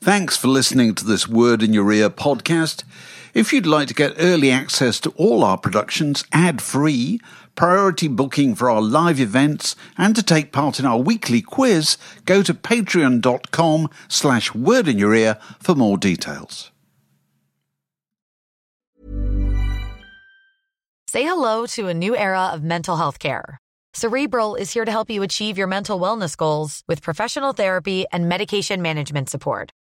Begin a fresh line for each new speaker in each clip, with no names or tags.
Thanks for listening to this Word in Your Ear podcast. If you'd like to get early access to all our productions ad free, priority booking for our live events, and to take part in our weekly quiz, go to patreon.com slash word in your ear for more details.
Say hello to a new era of mental health care. Cerebral is here to help you achieve your mental wellness goals with professional therapy and medication management support.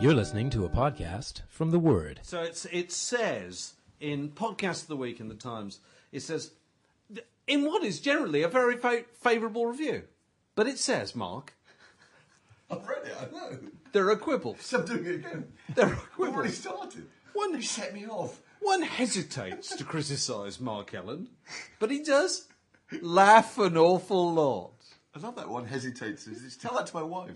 You're listening to a podcast from The Word.
So it's, it says in Podcast of the Week in the Times, it says, th- in what is generally a very fa- favourable review. But it says, Mark,
I've read it, I know.
there are quibbles.
So I'm doing it again.
There are
We've already
quibbles.
started.
One,
You set me off.
one hesitates to criticise Mark Ellen, but he does laugh an awful lot.
I love that one hesitates. Just tell that to my wife.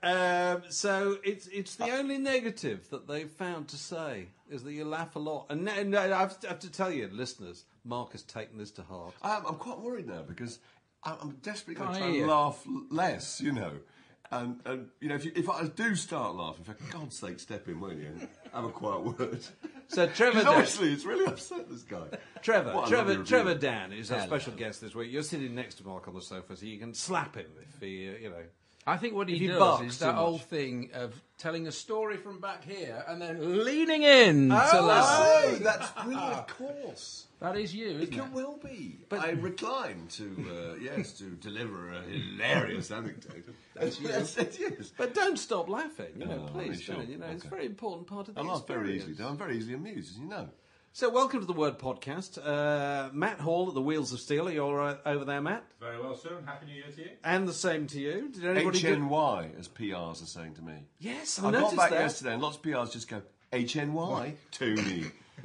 Um, so it's it's the
Uh,
only negative that they've found to say is that you laugh a lot. And no, no, I have to, I have to tell you, listeners, Mark has taken this to heart.
I am, I'm quite worried now because I'm, I'm desperately going
Oh,
to try
yeah.
and laugh l- less, you know. And, and you know, if, you, if I do start laughing, for God's sake, step in, won't you? And have a quiet word.
So Trevor,
'Cause
Dan-
obviously, it's really upset this guy.
Trevor,
What a lovely
Trevor,
review.
Trevor Dan is our special guest this week. You're sitting next to Mark on the sofa, so you can slap him if he, uh, you know.
I think what he,
If he
does
barks
is
too
that
much.
old thing of telling a story from back here and then leaning in
Uh,
to
Oh,
listen.
that's brilliant, of course.
That is you, isn't
It
it?
will be. But I recline to uh, yes to deliver a hilarious anecdote. That's yes, it is.
But don't stop laughing, you know.
No,
please,
I'll
don't,
be Oh, sure.
you know, it's a
Okay.
very important part of the
I laugh very easily.
experience.
though. I'm very easily amused, as you know.
So, welcome to the Word Podcast. Uh, Matt Hall at the Wheels of Steel. Are you all right over there, Matt?
Very well, sir. and Happy New Year to you.
And the same to you. Did anybody? do-
HNY, as PRs are saying to me.
Yes, I,
I
noticed
got back
that.
yesterday, and lots of PRs just go HNY to me,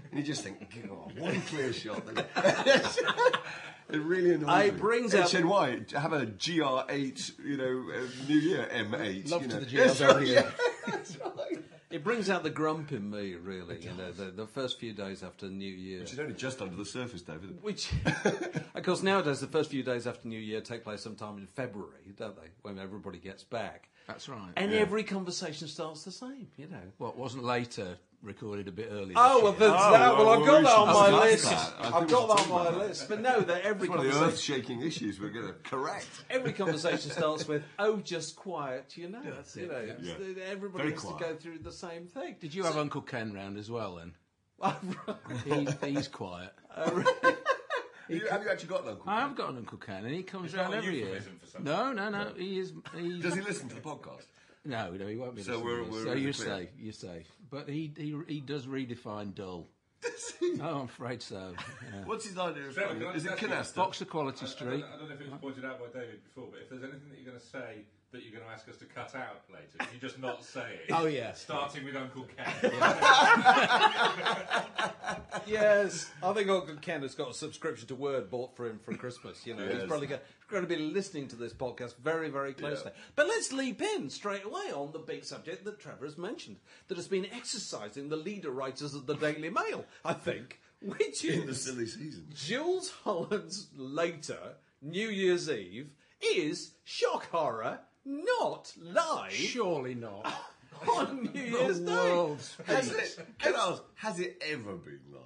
and you just think, God, one clear shot. then." it really annoys
I
me.
brings out-
HNY. Have a GR8, you know, uh, New Year M8.
Love
you
to
know.
the
Yes,
GRs out
right,
here.
yeah, that's right.
It brings out the grump in me, really. You know, the, the first few days after New Year.
She's only just under the surface, David.
Which, of course, nowadays the first few days after New Year take place sometime in February, don't they? When everybody gets back,
That's right.
and every conversation starts the same, you know.
What wasn't later recorded a bit earlier.
Oh well,
this
that's that. Well,
well,
I've got
we
that on
should
my
discuss
list.
that. I think
I've
we
got
should
that
talk
on my
about that.
list. But no, that every
It's one of the
conversation,
earth-shaking issues we're going to correct.
every conversation starts with "Oh, just quiet," you know.
that's
you
it,
know,
yeah.
it's-
Yeah.
everybody
Very
has to
quiet.
go through the same thing.
Did you have Uncle Ken round as well then? He's, he's quiet.
Have you, have you actually got an uncle?
I have got an Uncle Ken, and he comes
Is that
round
a
every year.
euphemism for something?
No, no, no. He is. He,
Does he listen to the podcast?
No, no, he won't be.
So
listening
we're-
to this.
we're
so
in the
you're
clear.
safe. You're safe. But he he he does redefine dull. Oh, I'm afraid so. Yeah.
What's his idea of
Trevor,
fun?
can I
Is it
ask you-
canasta?
Boxer Quality
I don't,
Street.
I don't know if it was pointed out by David before, but if there's anything that you're going to say that you're going to ask us to cut out later, if you just not say it.
Oh, yeah.
Starting with Uncle Ken.
yes, I think Uncle Ken has got a subscription to Word bought for him for Christmas. You know, he's
Yes.
probably go- going to be listening to this podcast very, very closely. But let's leap in straight away on the big subject that Trevor has mentioned that has been exercising the leader writers of the Daily Mail. I think, which is
in the silly season.
Jules Holland's later New Year's Eve is shock horror, not live
Surely not.
on New Year's Day.
world's
Has it, can I ask, has it ever been live?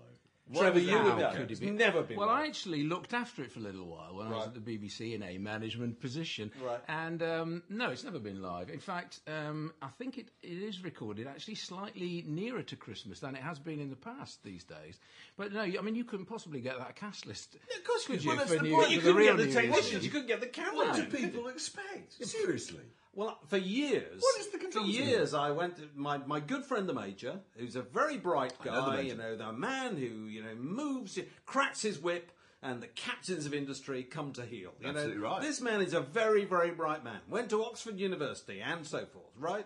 Trevor, you
How
would know.
could it
It's
be?
never been.
Well,
live.
I actually looked after it for a little while when I was
Right.
at the BBC in a management position.
Right.
And um, no, it's never been live. In fact, um, I think it, it is recorded actually slightly nearer to Christmas than it has been in the past these days. But no, I mean, you couldn't possibly get that cast list.
Of course,
could
you. Well,
you?
that's the
for New-
point.
for
You
the
couldn't
real
get the
New Year's
technicians.
Eve?
You couldn't get the
What
cameras.
do people expect? Seriously.
Well, for years.
What is the
For
control
years, I went. To my my good friend the major, who's a very bright
know the
guy.
Major.
You know, the man who you know moves, cracks his whip. And the captains of industry come to heel. You
Absolutely
know,
right.
This man is a very, very bright man. Went to Oxford University and so forth, right?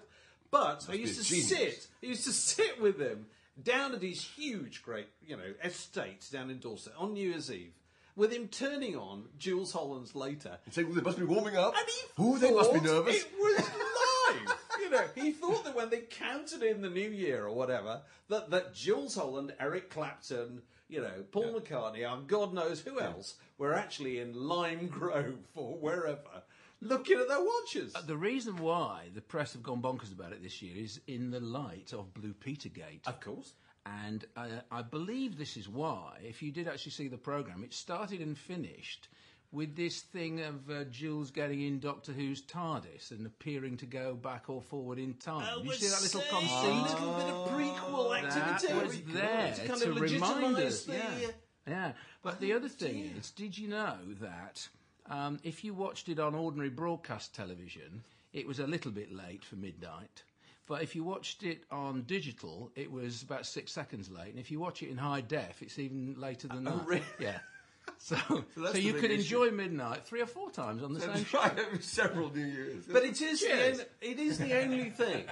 But I used
a
to
genius.
sit. I used to sit with him down at his huge, great, you know, estate down in Dorset on New Year's Eve, with him turning on Jules Holland's later
It's like, well, they must be warming up.
and he
Oh, they must be
thought
nervous.
It was live. you know, he thought that when they counted in the new year or whatever, that, that Jules Holland, Eric Clapton, you know, Paul McCartney, and God knows who else were actually in Lime Grove or wherever, looking at their watches.
Uh,
Uh,
The reason why the press have gone bonkers about it this year is in the light of Blue Petergate.
Of course.
And uh, I believe this is why, if you did actually see the programme, it started and finished with this thing of uh, Jules getting in Doctor Who's TARDIS and appearing to go back or forward in time. Did you see that little
a
conceit?
little bit of prequel
That
activity.
was there
to kind
to
of
remind
legitimise
us.
the. uh,
Yeah. Yeah. But the other thing is, did you know that um, if you watched it on ordinary broadcast television, it was a little bit late for midnight. But if you watched it on digital, it was about six seconds late. And if you watch it in high def, it's even later than that.
Oh, really?
Yeah. So, so,
that's the
you
big
could
issue.
enjoy midnight three or four times on the same show.
Try it several New Years.
But it is the only, it is the only thing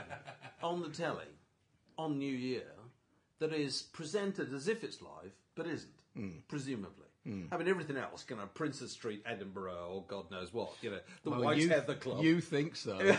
on the telly on New Year that is presented as if it's live, but isn't presumably. I mean, everything else, kind of Princess Street, Edinburgh, or God knows what, you know, the
Well,
White
you,
Heather Club.
you think so?
Oh, you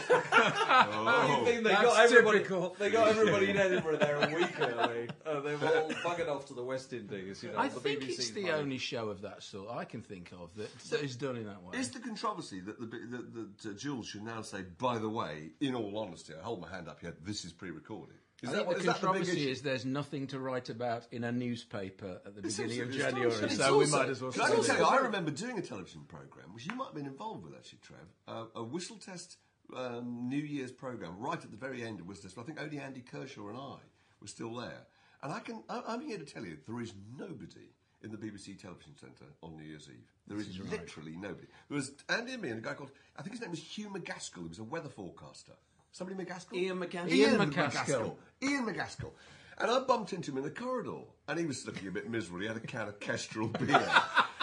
think they
That's
got everybody?
typical.
They got everybody in Edinburgh there a week early, and Uh, they've all buggered off to the West Indies. You know,
I
the
think
BBC
it's
's
the
home.
only show of that sort I can think of that, that is done in that way.
Is the controversy that the bit- that, that uh, Jules should now say, by the way, in all honesty, I hold my hand up here, this is pre-recorded. Is
I think
what-
the
is that big
controversy
issue?
is there's nothing to write about in a newspaper at the
It's
beginning of
also- it's also-
January,
it's
so we
also-
might as well
Can I
say
just
this.
say, I remember doing a television programme, which you might have been involved with actually, Trev, uh, a whistle test um, New Year's programme right at the very end of whistle test. I think only Andy Kershaw and I were still there. And I can, I, I'm here to tell you, there is nobody in the BBC Television Centre on New Year's Eve. There is literally nobody. There was Andy and me and a guy called, I think his name was Hugh McGaskill, he was a weather forecaster. Somebody McGaskill?
Ian McGaskill.
Ian McGaskill.
Ian McGaskill. And I bumped into him in the corridor, and he was looking a bit miserable. He had a can of Kestrel beer.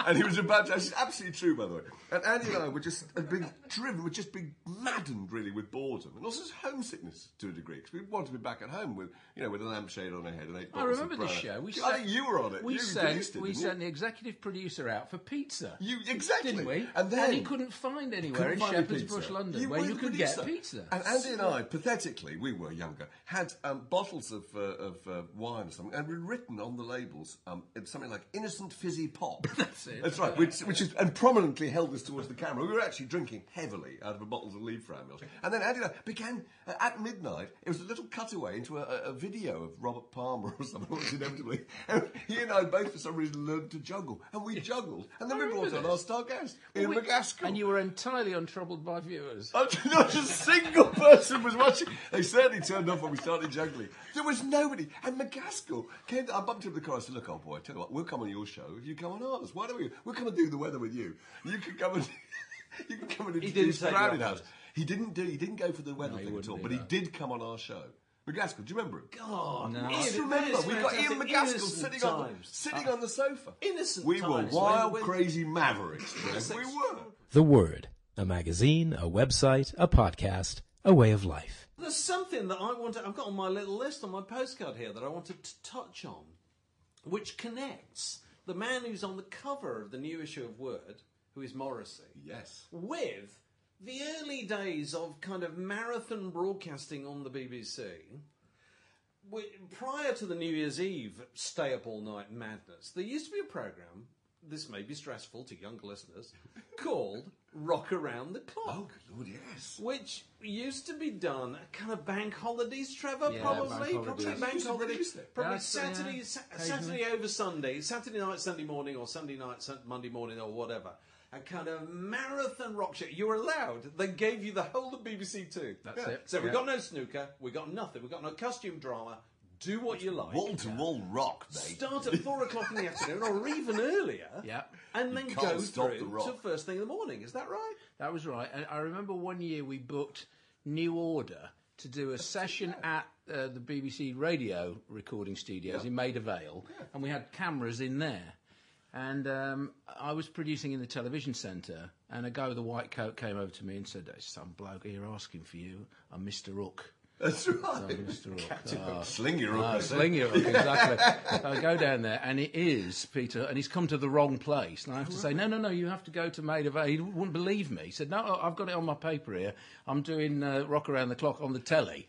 and he was about to, it's absolutely true, by the way. And Andy and I were just had been driven, were just being maddened, really, with boredom. And also homesickness to a degree, because we wanted to be back at home with, you know, with a lampshade on our head and eight
I
bottles of
remember the
Brahma.
show. We
I
sent-
think you were on it.
We
you
sent,
introduced it,
we
didn't you?
sent the executive producer out for pizza.
You- exactly.
Didn't we?
And then-
he couldn't find anywhere
Couldn't
in
find a
Shepherd's
pizza.
Bush, London,
You
where
were
you
the
could get pizza.
And Andy and I, pathetically, we were younger, had um, bottles of, uh, of uh, wine or something, and we'd written on the labels um, it's something like "Innocent Fizzy Pop." That's
it.
That's right. Which, which is and prominently held this towards the camera. We were actually drinking heavily out of a bottle of Lee Mills. And then Andy and I began uh, at midnight. It was a little cutaway into a, a, a video of Robert Palmer or something, which inevitably. And he and I both, for some reason, learned to juggle, and we juggled, and then
I
we brought on
remember
our star guest, Ian
We-
McGaskill.
And you were entirely untroubled by viewers.
Oh, Not a single person was watching. They certainly turned off when we started juggling. There was nobody. And McGaskill came. I bumped him in the car. I said, "Look, old boy, I tell you what, we'll come on your show if you come on ours. Why don't we? We'll come and do the weather with you. You can come and you can come and
didn't
introduce
take
Browning
you up.
House. He didn't do. He didn't go for the weather
he
thing at
wouldn't
all.
do
But
that.
he did come on our show. McGaskill, do you remember him?
God,
No.
Ian,
Just remember,
that is
we got Ian
fantastic.
McGaskill
Innocent
sitting on the,
times.
sitting on the sofa.
Innocent
We
times
were
when-
wild,
when-
crazy mavericks. Jeff. we were.
The Word, a magazine, a website, a podcast, a way of life.
There's something that I want to. I've got on my little list on my postcard here that I wanted to touch on. which connects the man who's on the cover of the new issue of Word, who is Morrissey,
Yes.
with the early days of kind of marathon broadcasting on the BBC. wi- Prior to the New Year's Eve stay up all night madness, there used to be a program. This may be stressful to younger listeners, called Rock Around the Clock
Oh, good lord, yes.
which used to be done at kind of bank holidays, Trevor.
Yeah,
probably,
bank
probably
holidays. They
bank
used to
holidays.
release it.
Probably
Yeah,
Saturday,
yeah,
Sa-
occasionally.
Saturday over Sunday, Saturday night, Sunday morning, or Sunday night, Sun- Monday morning, or whatever. A kind of marathon rock show. You were allowed. They gave you the whole of BBC Two.
That's Yeah. it.
So we
Yeah.
got no snooker. We got nothing. We got no costume drama. Do what you like.
Wall to wall rock, mate.
Start at four o'clock in the afternoon, or even earlier.
Yeah.
And then
You can't
go
stop the
through
rock.
to first thing in the morning. Is that right?
That was right. And I remember one year we booked New Order to do a session at uh, the BBC radio recording studios in Maida Vale, and we had cameras in there. And um, I was producing in the television centre, and a guy with a white coat came over to me and said, "There's some bloke here asking for you. I'm Mr. Rook."
That's
I'm
right.
Mr. Rook. Ah.
Sling your
Ah,
rock.
Sling Your Hook, exactly. I go down there, and it is Peter, and he's come to the wrong place. And I have to say, no, no, no, you have to go to Maid of He wouldn't believe me. He said, no, I- I've got it on my paper here. I'm doing uh, Rock Around the Clock on the telly.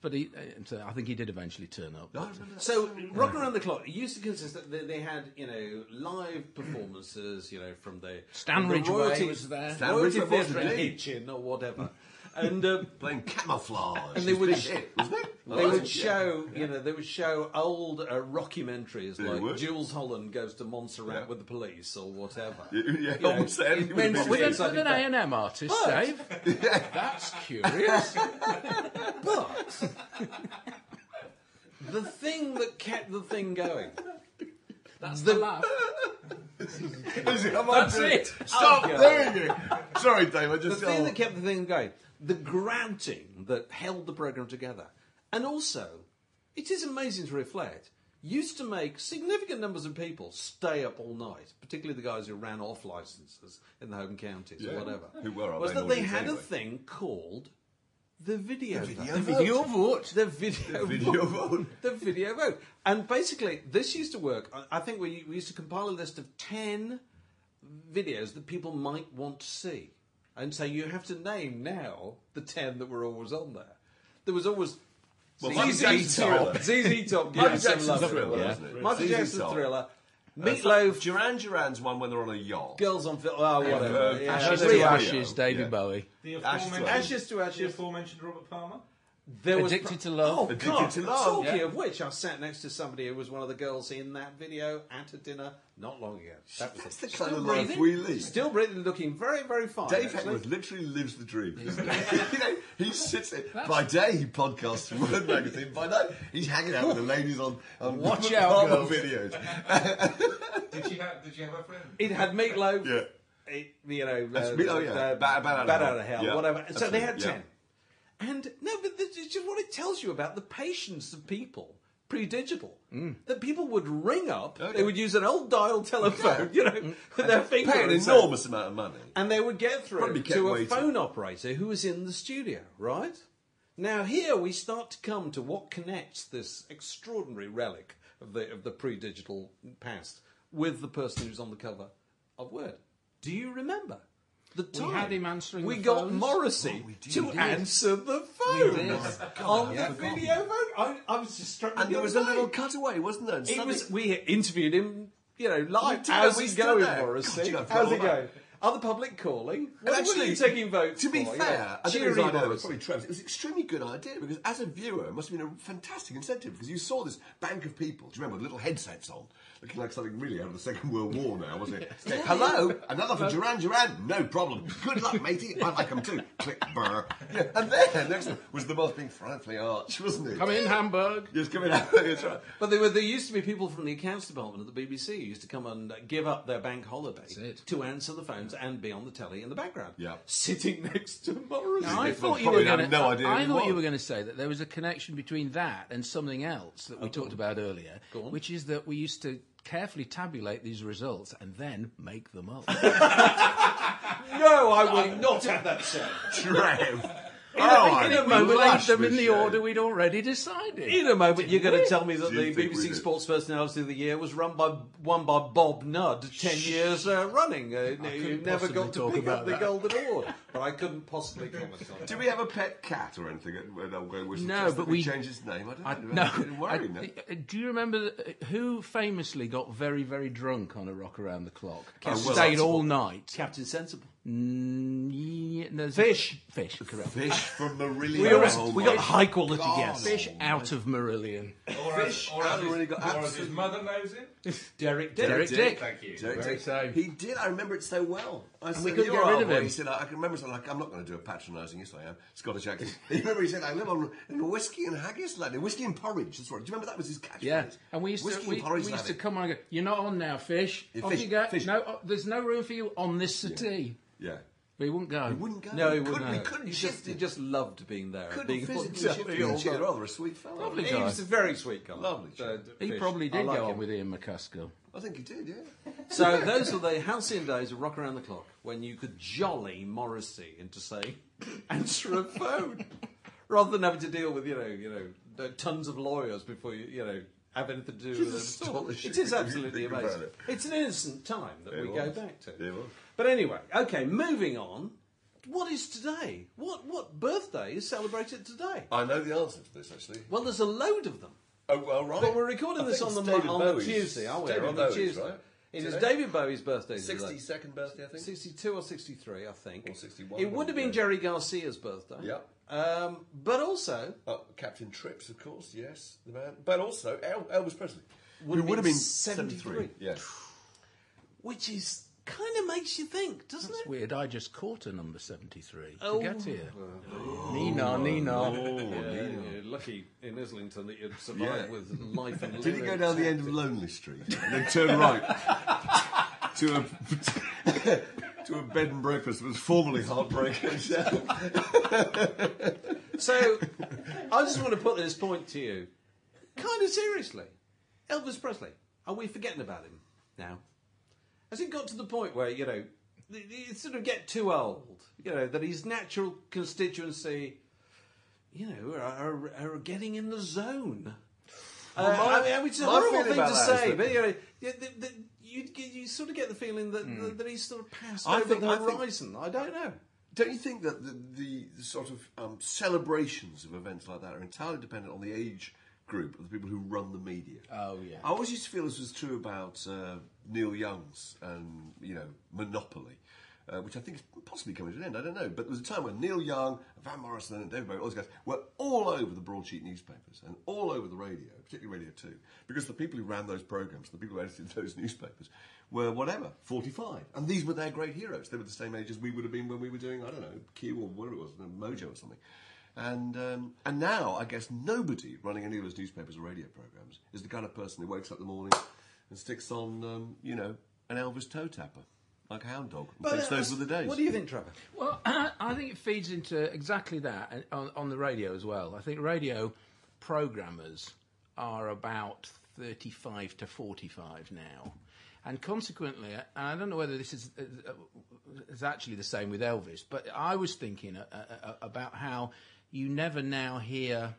But he, uh, so I think he did eventually turn up.
Oh,
I remember that.
So, Rock Around the Clock it used to consist that they, they had, you know, live performances, you know, from the
Stanridge
the
Way
royalty,
was there.
Stanridge
royalty
Way was
theatre in
indeed.
Hitchin or whatever, and um,
Playing camouflage.
And they would-
Big hit, wasn't it? I
they
liked
would
it, yeah.
show, you know, they would show old uh, rockumentaries
They
like
would.
Jules Holland goes to Montserrat
Yeah.
with the police or whatever.
Yeah,
You know,
almost there.
it meant
With
With
an-
an,
it's
with
like
an
a-
A&M artist, Dave? That's curious.
But the thing that kept the thing going.
That's the laugh.
Is it? Am I
That's
doing
it.
Stop
Oh, God.
doing it. Sorry, Dave. I
the
just.
thing
oh.
that kept the thing going, the grouting that held the program together, and also, it is amazing to reflect. Used to make significant numbers of people stay up all night, particularly the guys who ran off licenses in the home counties or
Yeah.
whatever.
Who were our
was
main
that they
audience
had a
anyway.
thing called the video vote.
video vote.
Your vote.
The video,
Video
vote.
vote.
The video vote. And basically, this used to work. I- I think we, we used to compile a list of 10 videos that people might want to see. And so you have to name now the 10 that were always on there. There was always.
Well, Michael
ZZ
Jackson's
Top.
Thriller.
ZZ Top. gave
Michael
us some
Jackson's
love.
Thriller,
Yeah.
wasn't it?
Michael
ZZ
Jackson's
Top.
Thriller.
Love
Meatloaf.
Duran Duran's one when they're on a yacht.
Girls on Film. Oh, whatever.
uh,
Yeah.
Ashes
Really?
to Ashes, David
Yeah.
Bowie.
The
Ashes
aforementioned,
to Ashes.
Ashes to
the
Ashes.
aforementioned Robert Palmer.
There was
Addicted to Love.
Oh,
Addicted
God.
to Love,
Talking
yeah.
of which, I sat next to somebody who was one of the girls in that video at a dinner not long ago. That was
That's
it.
the kind of life we lead.
Still breathing, looking very, very fine.
Dave
actually.
Hepworth literally lives the dream. doesn't he? you know, he sits there. By day, he podcasts for Word Magazine. By night, he's hanging out with the ladies on, on
Watch out,
Palmer
girls.
videos.
Did she have? Did she have a friend?
It had meatloaf.
Yeah.
It, you know, uh,
That's meat- oh, yeah. Bad- bad out of
bad
hell.
out of hell,
Yeah,
whatever. And so they had
absolutely,
ten. And no, but this is just what it tells you about the patience of people pre-digital. That people would ring up.
Mm. Oh,
They
yeah.
would use an old dial telephone, you know, with their finger.
Pay an
and so-
enormous amount of money.
And they would get through
Probably kept
to a
waiting.
phone operator who was in the studio, right? Now here we start to come to what connects this extraordinary relic of the of the pre-digital past with the person who's on the cover of Word. Do you remember? The time
had him answering
We
the
got
phones.
Morrissey
Oh, we did.
to
We did.
answer the phone
did.
on
Oh Yeah.
the video phone. I, I was just struck. with
And
the
there was a
other
little
day.
cutaway, wasn't there? And
It
suddenly-
was. We interviewed him. You know,
We
live.
did,
How's
we
it
stood
going,
there. God,
Morrissey?
you know, I forgot
How's it
all about
going? Are the public calling?
And
What were you taking votes
To be
for?
fair,
Yeah.
I think it was
Cheery
an idea that
votes.
probably Trev's. It was an extremely good idea because as a viewer, it must have been a fantastic incentive because you saw this bank of people. Do you remember with little headsets on, looking like something really out of the Second World War now, wasn't it? Yeah, Hello, another for Duran Duran. No problem. Good luck, matey. I like 'em too. Click, burr. Yeah, and then next one was the most being frightfully arch, wasn't it?
Come in, Hamburg.
Yes, coming out. That's right.
But there were there used to be people from the accounts department at the BBC who used to come and uh, give up their bank holiday
it.
to answer the phones and be on the telly in the background.
Yeah.
sitting next to Morrissey.
Now, I
Nick
thought
Fox
you were
probably had
going
no idea
I
who
thought
he
you were
was.
going to say that there was a connection between that and something else that we talked about earlier, which is that we used to carefully tabulate these results and then make them up.
no, I will not have that said.
Trev. Oh,
in
I
a
think
moment,
we
I
lost
them in
this
the
show.
order we'd already decided.
In a moment, you're going to tell me that
Didn't
the
think we
BBC
did.
Sports Personality of the Year was run by won by Bob Nudd ten years uh, running. Uh, who
couldn't
never got
possibly
to
talk
pick
about
up the
that.
Golden Award, but I couldn't possibly comment on it.
Do we have a pet cat or anything at at Old Grey Whistle?
No,
Test
but
that we
we-
change its name. I don't know.
I, no,
I'm worried now.
I- uh, do you remember the, uh, who famously got very, very drunk on a rock around the clock?
Captain
Stayed
Sensible.
all night.
Captain Sensible.
Mm, yeah, no, there's a-
Fish.
Fish, correct.
Fish from Marillion.
We, always,
Oh
we
my
got high quality
God.
guests.
Fish out of Marillion.
Or as, or as,
I've already
his,
got
or as his
absolute-
mother knows him.
Derek
Derek Dick.
Thank you.
Derek
Very
Dick.
so.
He did. I remember it so well. I said,
we couldn't
"You're
get rid
all
of
right."
him.
He said, "I I can remember something like I'm not going to do a patronising. Yes, I am. Scottish accent." you remember he said, "I live on in whiskey and haggis, laddie. Whiskey and porridge." That's right. Do you remember that was his catchphrase?
Yeah, and we used
whiskey
to we,
and porridge,
we used to
laddie."
come on and go. You're not on now, fish.
Yeah,
Off
fish,
you go.
fish."
No, oh, there's no room for you on this settee.
Yeah,
But he wouldn't go.
he wouldn't go.
No,
he
he wouldn't.
couldn't. He
no.
couldn't
He
shift.
just, he just loved being there. and
couldn't
being
physically
Yeah,
shift
he
in a
was
chair.
all-
Rather a sweet fellow.
Lovely
He
guy.
was a very sweet guy.
Lovely
So,
he
Fish.
probably
I
did
like
go
him.
on with Ian McCuskill.
I think he did. Yeah.
So those were the halcyon days of Rock Around the Clock when you could jolly Morrissey into saying, answer a phone, rather than having to deal with you know you know the tons of lawyers before you you know have anything to do with
It's
them. at all.
astonishing
It is
when you
absolutely
think about
amazing.
it.
It's an innocent time that we go
was.
back to.
It was.
But anyway, okay, moving on. What is today? What what birthday is celebrated today?
I know the answer to this actually.
Well, there's a load of them.
Oh well, right.
But we're recording
I
this
think
on the,
it's
mo-
David
on the
Bowie's-
Tuesday, aren't we?
David
on the
Bowie's,
Tuesday.
right?
It is
Today.
David Bowie's birthday today.
Sixty-second birthday, I think.
62 or 63, I think.
Or 61,
It would have been
yeah.
Jerry Garcia's birthday.
Yep.
Um, but also,
Uh, Captain Trips, of course, yes, the man, but also El- Elvis Presley,
Would have
who
been
would have been
73.
Yeah,
which is kind of makes you think, doesn't
It's
it?
weird. I just caught a number seventy-three
Oh.
to get here. Nina,
Oh.
Nina.
You're lucky in Islington that you'd survived
Yeah.
with life and
did he go down the end of Lonely Street and then turn right to a to a bed and breakfast that was formerly Heartbreakers?
So, I just want to put this point to you, kind of seriously. Elvis Presley, are we forgetting about him now? Has it got to the point where you know, th- th- you sort of get too old? You know that his natural constituency, you know, are, are, are getting in the zone. Uh,
my-
I mean, I mean, it's a
my
horrible
feeling
thing
about
to
that is
say,
that-
but you know, you, th- th- you, g- you sort of get the feeling that, that, that he's sort of passed
Hmm. I
over
think-
the
I think-
horizon. I don't know.
Don't you think that the, the sort of um, celebrations of events like that are entirely dependent on the age group of the people who run the media?
Oh, yeah.
I always used to feel this was true about uh, Neil Young's and you know Monopoly. Uh, which I think is possibly coming to an end. I don't know, but there was a time when Neil Young, Van Morrison, and David Bowie, all those guys were all over the broadsheet newspapers and all over the radio, particularly Radio Two, because the people who ran those programs, the people who edited those newspapers, were whatever forty-five, and these were their great heroes. They were the same age as we would have been when we were doing I don't know Q or whatever it was, Mojo or something. And um, and now I guess nobody running any of those newspapers or radio programs is the kind of person who wakes up in the morning and sticks on um, you know an Elvis toe tapper like a hound dog and thinks those were the days.
What do you think, Trevor?
Well, I think it feeds into exactly that and on, on the radio as well. I think radio programmers are about 35 to 45 now. And consequently, and I don't know whether this is, uh, is actually the same with Elvis, but I was thinking uh, uh, uh, about how you never now hear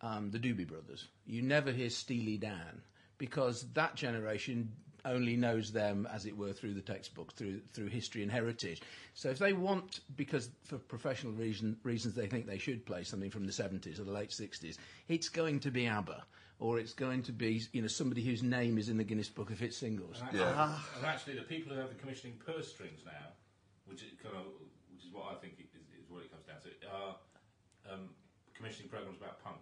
um, the Doobie Brothers. You never hear Steely Dan because that generation only knows them, as it were, through the textbook, through through history and heritage. So if they want, because for professional reason, reasons they think they should play something from the 70s or the late 60s, it's going to be ABBA or it's going to be you know somebody whose name is in the Guinness Book of Hit Singles. Uh,
And actually- And actually, the people who have the commissioning purse strings now, which is kind of, which is what I think is, is what it comes down to, are um, commissioning programs about punk,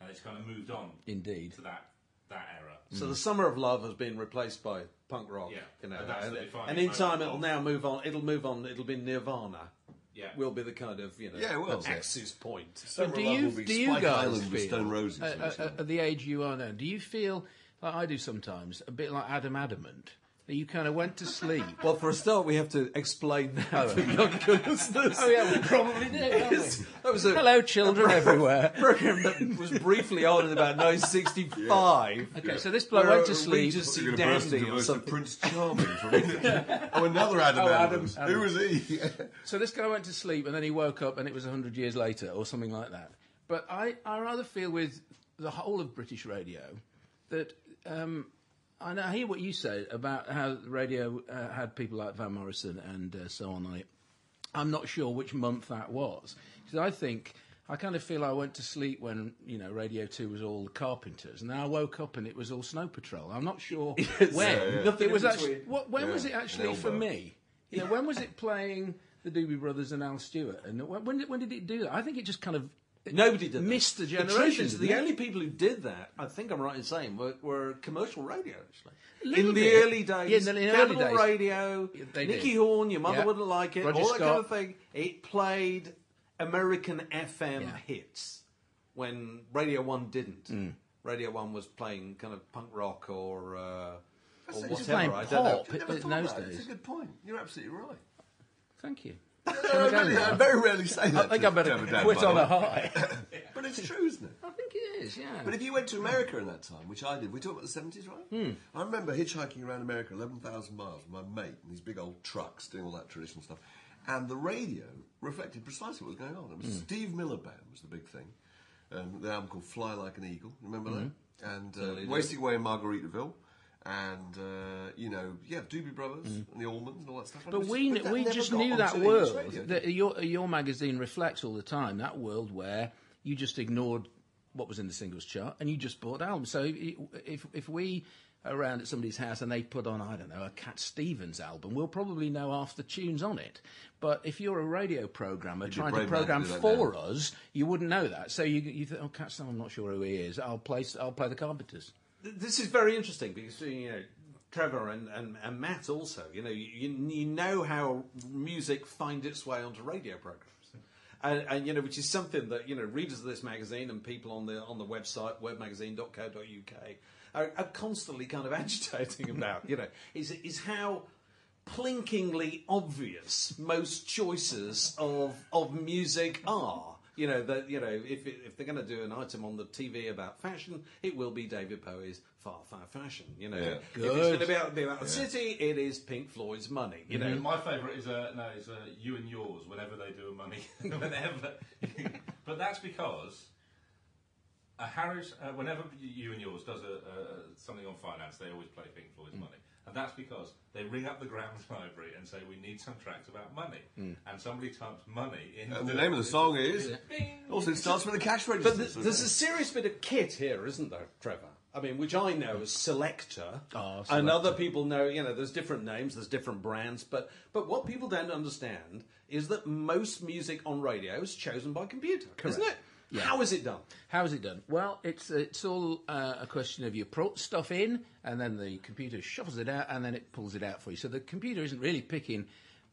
and it's kind of moved on
Indeed.
to that that era.
So the summer of love has been replaced by punk rock,
Yeah,
you know,
and that's
Mm. and,
the defining
and in
moment
time it'll
of-
now move on. It'll move on. It'll be Nirvana.
Yeah.
will be the kind of you know
Yeah, it will.
axis point.
Summer
But do
Love
you,
will be
do you
Spike
guys
Island
feel, uh,
with Stone Roses?
at,
or something.
at- at the age you are now, do you feel like I do sometimes, a bit like Adam Adamant, You kind of went to sleep.
Well, for a start, we have to explain that for younger listeners.
Oh, yeah, we probably do, haven't we?
Yes. That was a
Hello, children everywhere.
program that was briefly on in about 1965.
Okay, so this bloke went to sleep.
Regency
You're going to burst
Dandy
into
or
verse of
something.
Prince Charming from England. Oh, another Adam
Oh,
Adams.
Adam,
Who was he?
So this guy went to sleep and then he woke up and it was 100 years later or something like that. But I, I rather feel with the whole of British radio that um, and I hear what you say about how the radio uh, had people like Van Morrison and uh, so on on it. I'm not sure which month that was because I think I kind of feel I went to sleep when you know Radio Two was all the Carpenters, and then I woke up and it was all Snow Patrol. I'm not sure when.
yeah, yeah.
Nothing
It was
in
actually
between.
what, when
Yeah,
was it
an
actually for
elbow.
me? You know, when was it playing the Doobie Brothers and Al Stewart? And when, when, did, when did it do that? I think it just kind of it
Nobody did that.
missed the
truth
generation.
is, The,
didn't it?
only people who did that, I think I'm right in saying, were, were commercial radio, actually.
Little
In the
bit.
early days,
Yeah, in the- in the early
Capital
days.
Radio,
Yeah, they
Nicky
did.
Horn, Your Mother
Yeah.
Wouldn't Like It,
Roger
all that kind of
Scott.
thing. It played American FM
Yeah. Mm.
hits when Radio 1 didn't. Radio 1 was playing kind of punk rock or, uh, or
it. It
was
whatever.
playing
I don't know.
pop.
I never
in
thought
those
about it. It's
days.
a good point. You're absolutely right.
Thank you.
I,
I go
really-
now?
I very rarely say that.
I think
to
I better
Trevor Dan,
quit
by the
on
way.
a high.
But it's true, isn't it?
I think it is, yeah.
But if you went to America in that time, which I did, we talked about the 70s, right?
Hmm.
I remember hitchhiking around America 11,000 miles with my mate in these big old trucks doing all that traditional stuff. And the radio reflected precisely what was going on. It was
Hmm.
Steve Miller Band was the big thing. Um, the album called Fly Like an Eagle, remember
Mm-hmm.
that? And uh, Wasting Away in Margaritaville. And, uh, you know, yeah, Doobie Brothers and the Allmans and all that stuff. And it
Hmm. But
was
we,
that
we
never
just
got
knew
onto
that
the English
world
radio.
that your your magazine reflects all the time that world where you just ignored what was in the singles chart and you just bought albums. So i- if if we are around at somebody's house and they put on I don't know a Cat Stevens album, we'll probably know half the tunes on it. But if you're a radio programmer
be
trying to
brave man to
program
do that
for
now.
us, you wouldn't know that. So you you think oh Cat Stevens, I'm not sure who he is. I'll play I'll play the Carpenters.
Th- This is very interesting because you know Trevor and, and, and Matt also. You know you, you- you know how music finds its way onto radio programs, and, and you know which is something that you know readers of this magazine and people on the on the website webmagazine.co.uk are, are constantly kind of agitating about. You know is is how plinkingly obvious most choices of of music are. You know that you know if it- if they're going to do an item on the TV about fashion, it will be David Bowie's Far Far Fashion. You know,
Yeah.
if it's going to be out, be about the city, it is Pink Floyd's Money. You know,
My favourite is uh, no, is uh, you and yours. Whenever they do a money, whenever. but that's because a Harris, uh, whenever you and yours does a, a something on finance, they always play Pink Floyd's Money, and that's because they ring up the Grounds Library and say we need some tracks about money, and somebody types money in.
And Uh, the name of the song is. Also, it starts with a cash register.
but th-
so-
there's a serious bit of kit here, isn't there, Trevor? I mean, which I know as Selector,
Ah,
and
Selector.
other people know. You know, there's different names, there's different brands, but but what people don't understand is that most music on radio is chosen by computer, isn't it? How is it done?
How's it done? Well, it's it's all uh, a question of you put stuff in, and then the computer shuffles it out, and then it pulls it out for you. So the computer isn't really picking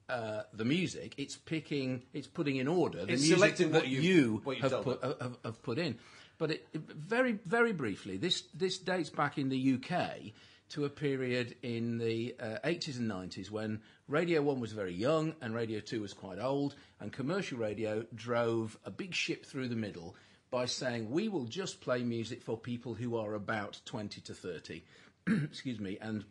uh, the music; it's picking, it's putting in order the
It's
music
selecting
that
what you-
you
what you've
have
done.
put uh, have, have put in. But it, it- very very briefly, this this dates back in the UK to a period in the uh, 80s and 90s when Radio 1 was very young and Radio 2 was quite old, and commercial radio drove a big ship through the middle by saying, We will just play music for people who are about 20 to 30. Excuse me. And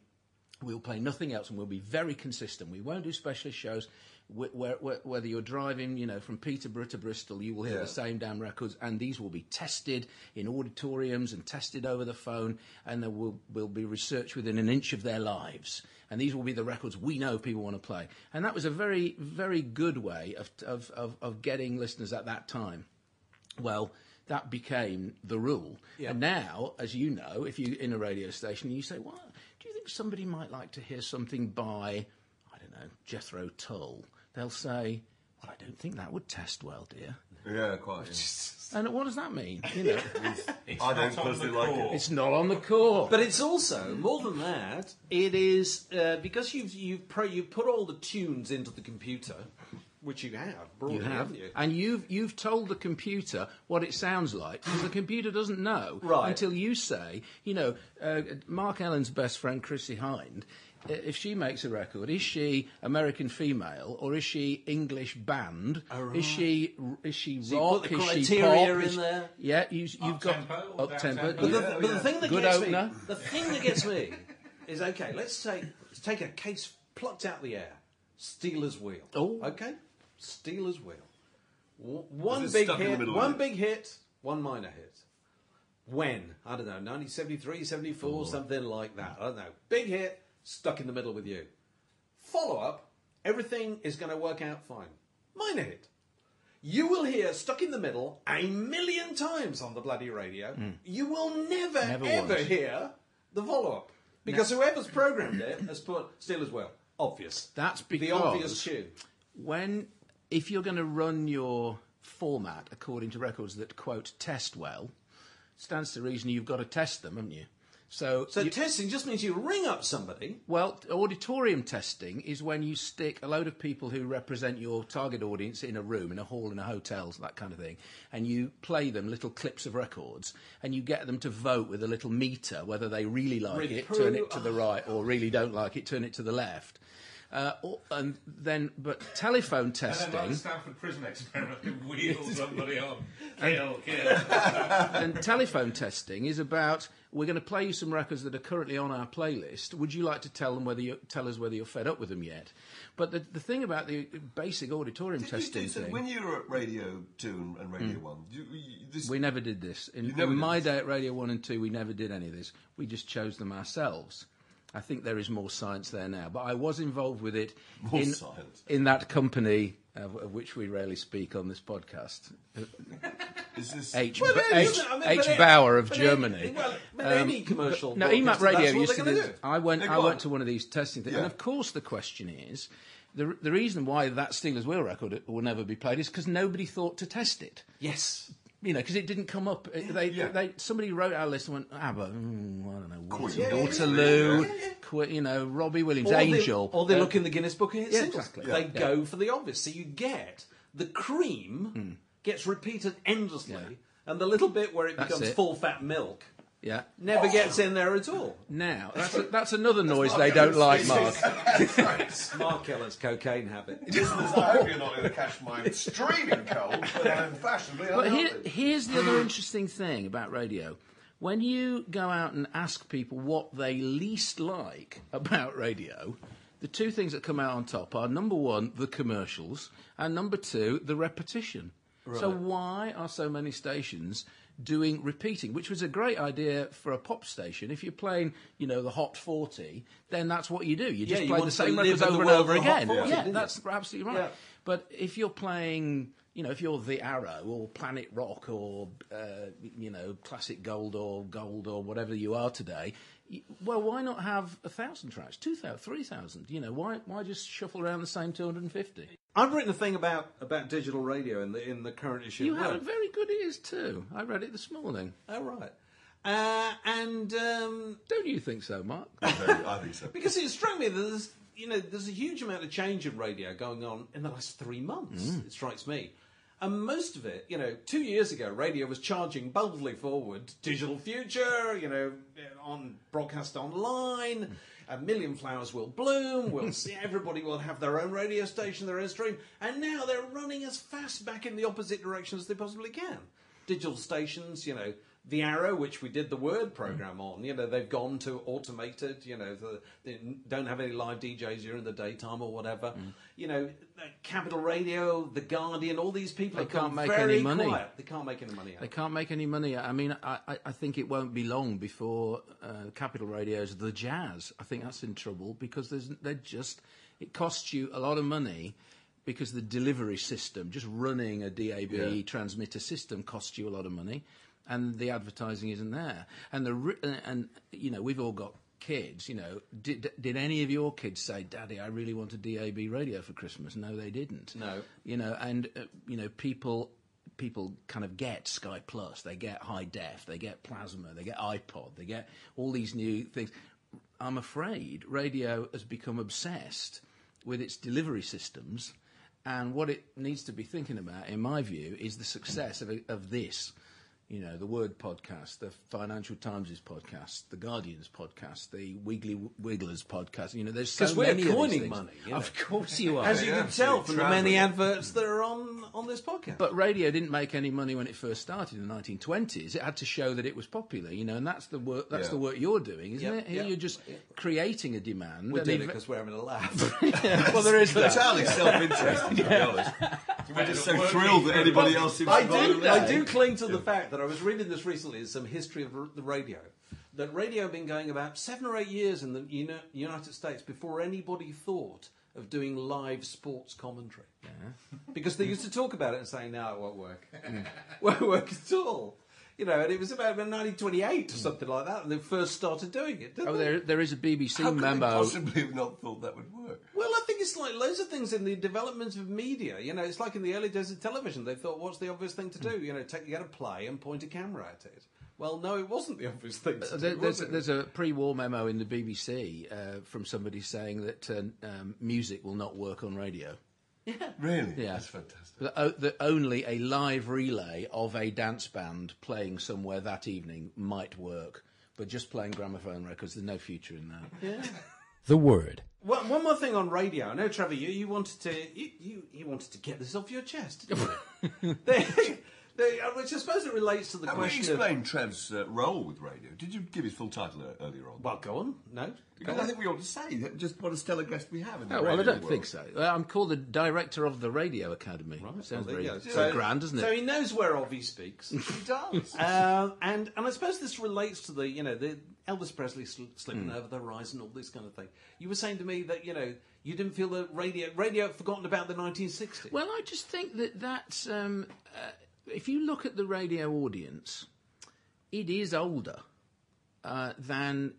we'll play nothing else and we'll be very consistent. We won't do specialist shows. Wh- where- wh- Whether you're driving, you know, from Peterborough to Bristol, you will hear the same damn records, and these will be tested in auditoriums and tested over the phone, and there will, will be research within an inch of their lives. And these will be the records we know people want to play. And that was a very, very good way of, of, of, of getting listeners at that time. Well, that became the rule. And now, as you know, if you're in a radio station and you say, well, do you think somebody might like to hear something by, I don't know, Jethro Tull? They'll say, well, I don't think that would test well, dear.
Yeah, quite. yeah.
And what does that mean? You know,
It's
I don't
not on the
personally like it.
core.
it's not on the core.
But it's also more than that. It is uh, because you've you've pro- you put all the tunes into the computer, which you have broadly,
you have,
not you?
and you've you've told the computer what it sounds like because the computer doesn't know
Right.
until you say, you know, uh, Mark Allen's best friend Chrissy Hind i- if she makes a record, is she American female or is she English band? Is she is she
Oh, So you
rock?
put the
is she pop?
criteria
Is-
in there.
Yeah, you, you've
Up-tempo
got
or
up tempo.
down-tempo?
But, the, but the thing that
Good
gets me,
opener.
the thing that gets me, is okay. Let's take let's take a case plucked out the air. Steeler's wheel.
Oh.
okay. Steeler's wheel. W- One
it's
big
stuck in the
hit.
middle of
One
it.
big hit. One minor hit. When I don't know, 1973, 74, something like that. I don't know. Big hit. Stuck in the middle with you. Follow up. Everything is going to work out fine. Minor hit. You will hear Stuck in the Middle a million times on the bloody radio. You will never,
Mm. Never
ever
once.
hear the follow up. Because whoever's programmed it has put still as well. Obvious.
That's
The obvious
because-
tune.
when if you're going to run your format according to records that quote test well, stands to reason you've got to test them, haven't you? So,
So
you-
testing just means you ring up somebody.
well, auditorium testing is when you stick a load of people who represent your target audience in a room, in a hall, in a hotel, that kind of thing, and you play them little clips of records, and you get them to vote with a little meter whether they really like it, turn it to the right, or really don't like it, turn it to the left. Uh, or, and then, but telephone
And then like
testing.
the Stanford prison experiment, they wheel somebody on. Kill, kill.
and telephone testing is about we're going to play you some records that are currently on our playlist. Would you like to tell them whether you tell us whether you're fed up with them yet? But the the thing about the basic auditorium
Did you
testing
do so
thing,
when you were at Radio Two and, and Radio One? You, you, this,
we never did this. In,
never
in
did
my
this.
day at Radio One and Two, we never did any of this. We just chose them ourselves. I think there is more science there now, but I was involved with it
More
in,
science.
in that company of, of which we rarely speak on this podcast.
is this
H,
Well, it
H,
isn't. I mean,
H
but it-
Bauer of
but it-
Germany. Um,
well, but any commercial
No,
broadcaster,
EMAP
that's
Radio
what
used
they're
to do.
gonna do.
I went.
They've
I
got
went
it.
to one of these testing things,
Yeah.
and of course the question is, the the reason why that Steelers Wheel record will never be played is because nobody thought to test it.
Yes.
You know, because it didn't come up. It- They,
Yeah.
they, somebody wrote our list and went, ah, but mm, I don't know, Water-
Yeah, yeah, yeah,
Waterloo,
yeah, yeah, yeah.
Qu- you know, Robbie Williams,
Or they-
Angel.
or they
Uh,
look in the Guinness Book of Hit
yeah,
Singles.
exactly.
They
Yeah.
go for the obvious. So you get the cream gets repeated endlessly,
Hmm. Yeah.
and the little bit where it
That's
becomes
it. Oh.
full fat milk
Yeah.
never gets in there at all.
Now that's a, that's another noise they don't like, Mark.
Mark Ellen's cocaine habit.
Listeners, I hope you're not in a cash mine streaming cold, but I'm fashionably
But here,
unhealthy.
here's the other interesting thing about radio. When you go out and ask people what they least like about radio, the two things that come out on top are number one, the commercials, and number two, the repetition. So, why are so many stations doing repeating? Which was a great idea for a pop station. If you're playing, you know, the Hot 40, then that's what you do. You just
you
play
want
the
to
same
live
records
in the
over and
world
over
of the Hot
again.
40,
yeah,
didn't you?
that's absolutely right.
Yeah.
But if you're playing, you know, if you're The Arrow or Planet Rock or, uh, you know, Classic Gold or Gold or whatever you are today, y- well, why not have a thousand tracks, two thousand, three thousand? You know, why why just shuffle around the same two hundred and fifty?
I've written a thing about, about digital radio in the in the current issue.
You
of
have
Word.
a very good ears too. I read it this morning.
Oh right. Uh, and um,
Don't you think so, Mark?
I think so.
because it struck me that there's you know there's a huge amount of change in radio going on in the last three months.
Hmm.
It strikes me, and most of it, you know, two years ago, radio was charging boldly forward, digital future, you know, on broadcast online. A million flowers will bloom. We'll see. Everybody will have their own radio station, their own stream, and now they're running as fast back in the opposite direction as they possibly can. Digital stations, you know, the Arrow, which we did the Word program on, you know, they've gone to automated, you know, the, they don't have any live DJs during the daytime or whatever. You know, like Capital Radio, The Guardian, all these people
They
have gone
can't make
very
any money.
quiet. They can't make any money out
They
of it.
can't make any money. I mean, I, I- I think it won't be long before uh, Capital Radio's The Jazz. I think that's in trouble because there's they're just it costs you a lot of money because the delivery system, just running a DAB transmitter system, costs you a lot of money, and the advertising isn't there. And the ri- and, and you know we've all got kids. You know, did did any of your kids say, "Daddy, I really want a DAB radio for Christmas"? No, they didn't.
No.
You know, and uh, you know people people kind of get Sky Plus, they get high def, they get plasma, they get iPod, they get all these new things. I'm afraid radio has become obsessed with its delivery systems, and what it needs to be thinking about, in my view, is the success of, of this. you know, the Word podcast, the Financial Times' podcast, the Guardian's podcast, the Wiggly Wigglers podcast. You know, there's so
'Cause we're
many of these
coining
things.
money, you know.
Of course you are.
As you can tell from the many adverts that are on, on this podcast.
But radio didn't make any money when it first started in the 1920s. It had to show that it was popular, you know, and that's the work. That's
Yeah.
the work you're doing, isn't
Yep,
it? Here
yep.
you're just creating a demand.
We're
and
doing it
ev-
because we're having a laugh.
well, there is that.
Entirely self-interested, to be honest. We're just so thrilled that anybody else seems
I
to
do,
bother
I
listening.
do cling to the fact that I was reading this recently is some history of r- the radio. That radio had been going about seven or eight years in the Uni- United States before anybody thought of doing live sports commentary. Because they used to talk about it and say, no, it won't work. won't work at all. You know, and it was about 1928 or something like that, and they first started doing it, didn't
Oh,
they?
there, there is a BBC
How could they
memo.
possibly have not thought that would work?
Well, I think it's like loads of things in the development of media. You know, it's like in the early days of television, they thought, what's the obvious thing to do? You know, take, get a play and point a camera at it. Well, no, it wasn't the obvious thing to
Uh, There,
do.
there's,
Was it?
there's a pre-war memo in the BBC uh, from somebody saying that uh, um, music will not work on radio.
Really?
Yeah.
That's fantastic.
That, o- that only a live relay of a dance band playing somewhere that evening might work, but just playing gramophone records, there's no future in that.
The Word.
Well, one more thing on radio. I know, Trevor, you, you wanted to you, you, you wanted to get this off your chest, didn't you? they, they, uh, which I suppose it relates to the
Have we
question. of-
explained Trev's uh, role with radio? Did you give his full title uh, earlier on?
well, go on. No, go
because I
on.
think we ought to say that just what a stellar guest we have in the
Oh, well, I
radio
don't
world.
think so. Uh, I'm called the director of the Radio Academy. Sounds
Well,
very,
there you go.
very grand, doesn't it?
So he knows where Ovi speaks.
He does.
Um, and and I suppose this relates to the you know the Elvis Presley sl- slipping
Hmm.
over the rise and all this kind of thing. You were saying to me that you know you didn't feel that radio radio had forgotten about the 1960s.
Well, I just think that that's um, uh, if you look at the radio audience, it is older uh, than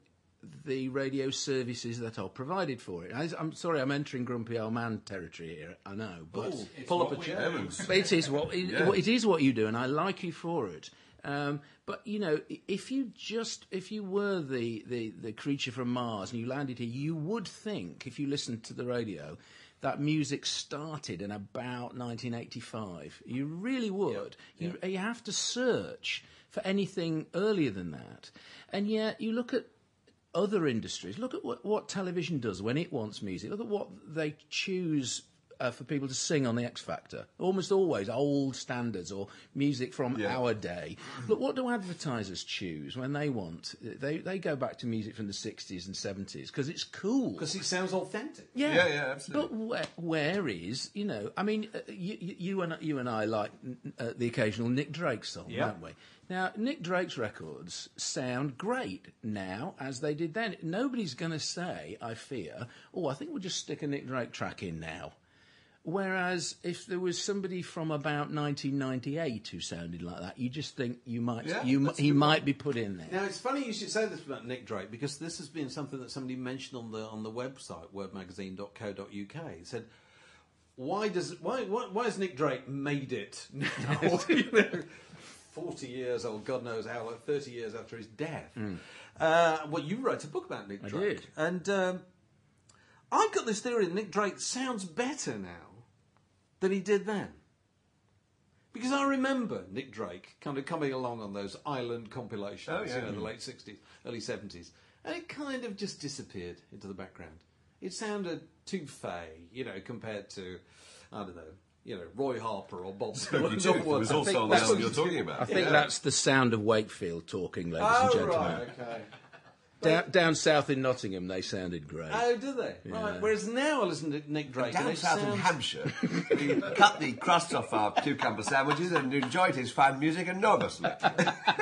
the radio services that are provided for it. I, I'm sorry, I'm entering grumpy old man territory here. I know, but
It's
pull up
what
a
we
chair.
do.
Heavens.
but it is what it,
Yeah.
it is what you do, and I like you for it. Um, but you know, i- if you just if you were the, the the creature from Mars and you landed here, you would think if you listened to the radio that music started in about 1985. You really would. You, you have to search for anything earlier than that, and yet you look at other industries. Look at what, what television does when it wants music. Look at what they choose uh, for people to sing on the X Factor. Almost always old standards or music from
Yeah.
our day. Look, what do advertisers choose when they want? They they go back to music from the sixties and seventies because it's cool.
because it sounds authentic.
Yeah,
Yeah, yeah, absolutely.
But where, where is you know? I mean, uh, you, you you and you and I like n- uh, the occasional Nick Drake song, don't we? Now, Nick Drake's records sound great now as they did then. Nobody's going to say, I fear, oh, I think we'll just stick a Nick Drake track in now. Whereas if there was somebody from about 1998 who sounded like that, you just think you might
Yeah,
you m-
that's a
he
good
might be put in there.
Now it's funny you should say this about Nick Drake because this has been something that somebody mentioned on the on the website wordmagazine.co.uk. He said, "Why does why why, why has Nick Drake made it now? You know, Forty years old, God knows how, like thirty years after his death." Uh, well, you wrote a book about Nick Drake,
did.
and um, I've got this theory that Nick Drake sounds better now than he did then. Because I remember Nick Drake kind of coming along on those island compilations,
Oh, yeah.
you know, the late 60s, early 70s, and it kind of just disappeared into the background. It sounded too fey, you know, compared to, I don't know, you know, Roy Harper or Bob Dylan.
You do. It
or-
was
I
also
think
on the
that's what
album you're
you
talking
do.
about.
I think that's the sound of Wakefield talking, ladies and
Oh,
gentlemen.
right, okay.
Down, down south in Nottingham, they sounded great.
Oh, do they? Right. Whereas now I listen to Nick Drake and
Down
it
south in
sounds-
Hampshire, he cut the crust off our cucumber sandwiches and enjoyed his fine music enormously.